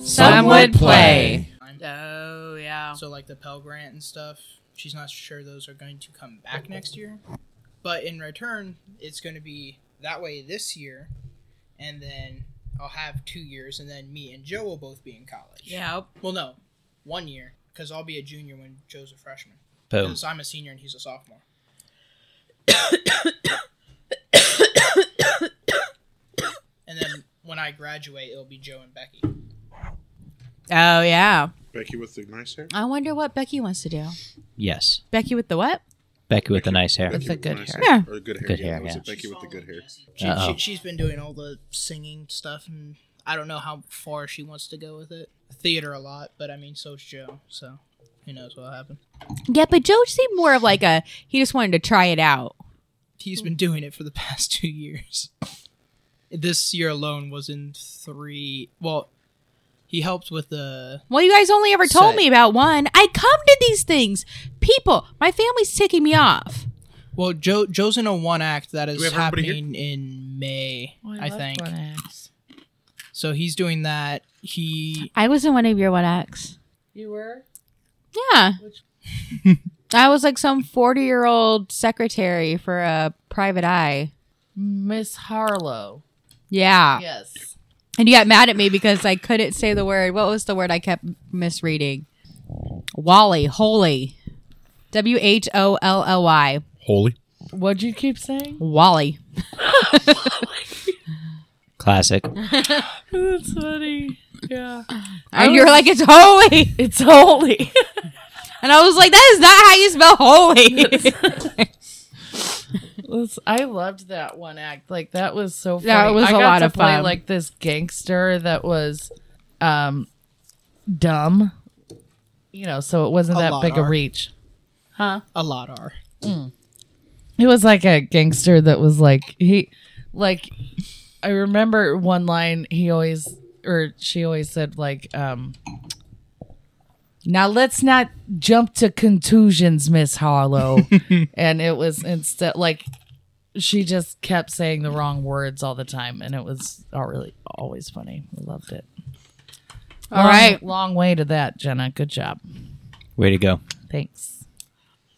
Some would play. Oh yeah. So like the Pell Grant and stuff, she's not sure those are going to come back next year. But in return, it's going to be that way this year, and then I'll have two years, and then me and Joe will both be in college. Yep. Well, no, one year because I'll be a junior when Joe's a freshman. Boom. Because I'm a senior and he's a sophomore. and then when I graduate, it'll be Joe and Becky. Oh yeah. Becky with the nice hair. I wonder what Becky wants to do. Yes. Becky with the what? Becky with the nice hair. Becky the good nice hair. Or good hair. Good yeah. hair, Was yeah. it Becky with the good hair? She, Uh-oh. she, she's been doing all the singing stuff, and I don't know how far she wants to go with it. Theater a lot, but I mean, so's Joe, so who knows what'll happen. Yeah, but Joe seemed more of like a he just wanted to try it out. He's been doing it for the past two years. This year alone was in three. Well, he helped with the. Well, you guys only ever told Say. me about one. I come to these things. People, my family's ticking me off. Well, Joe Joe's in a one act that we is have everybody here? happening in May, Oh, I, think. So he's doing that. He I was in one of your one X. You were? Yeah. I was like some 40 year old secretary for a private eye. Miss Harlow. Yeah. Yes. And you got mad at me because I couldn't say the word. What was the word I kept misreading? Wally. Holy. W H O L L Y. Holy. What'd you keep saying? Wally. Classic. That's funny. Yeah. And you're like, it's holy. It's holy. And I was like, that is not how you spell holy. Let's- I loved that one act. Like that was so funny. That was I a got lot to of play, fun. Like this gangster that was um dumb. You know, so it wasn't A that lot big a are. reach. a lot are. It was like a gangster that was like he like I remember one line he always or she always said like um now let's not jump to contusions, Miss Harlow. and it was instead like she just kept saying the wrong words all the time and it was all really always funny. I loved it. All right. Long way to that, Jenna. Good job. Way to go. Thanks.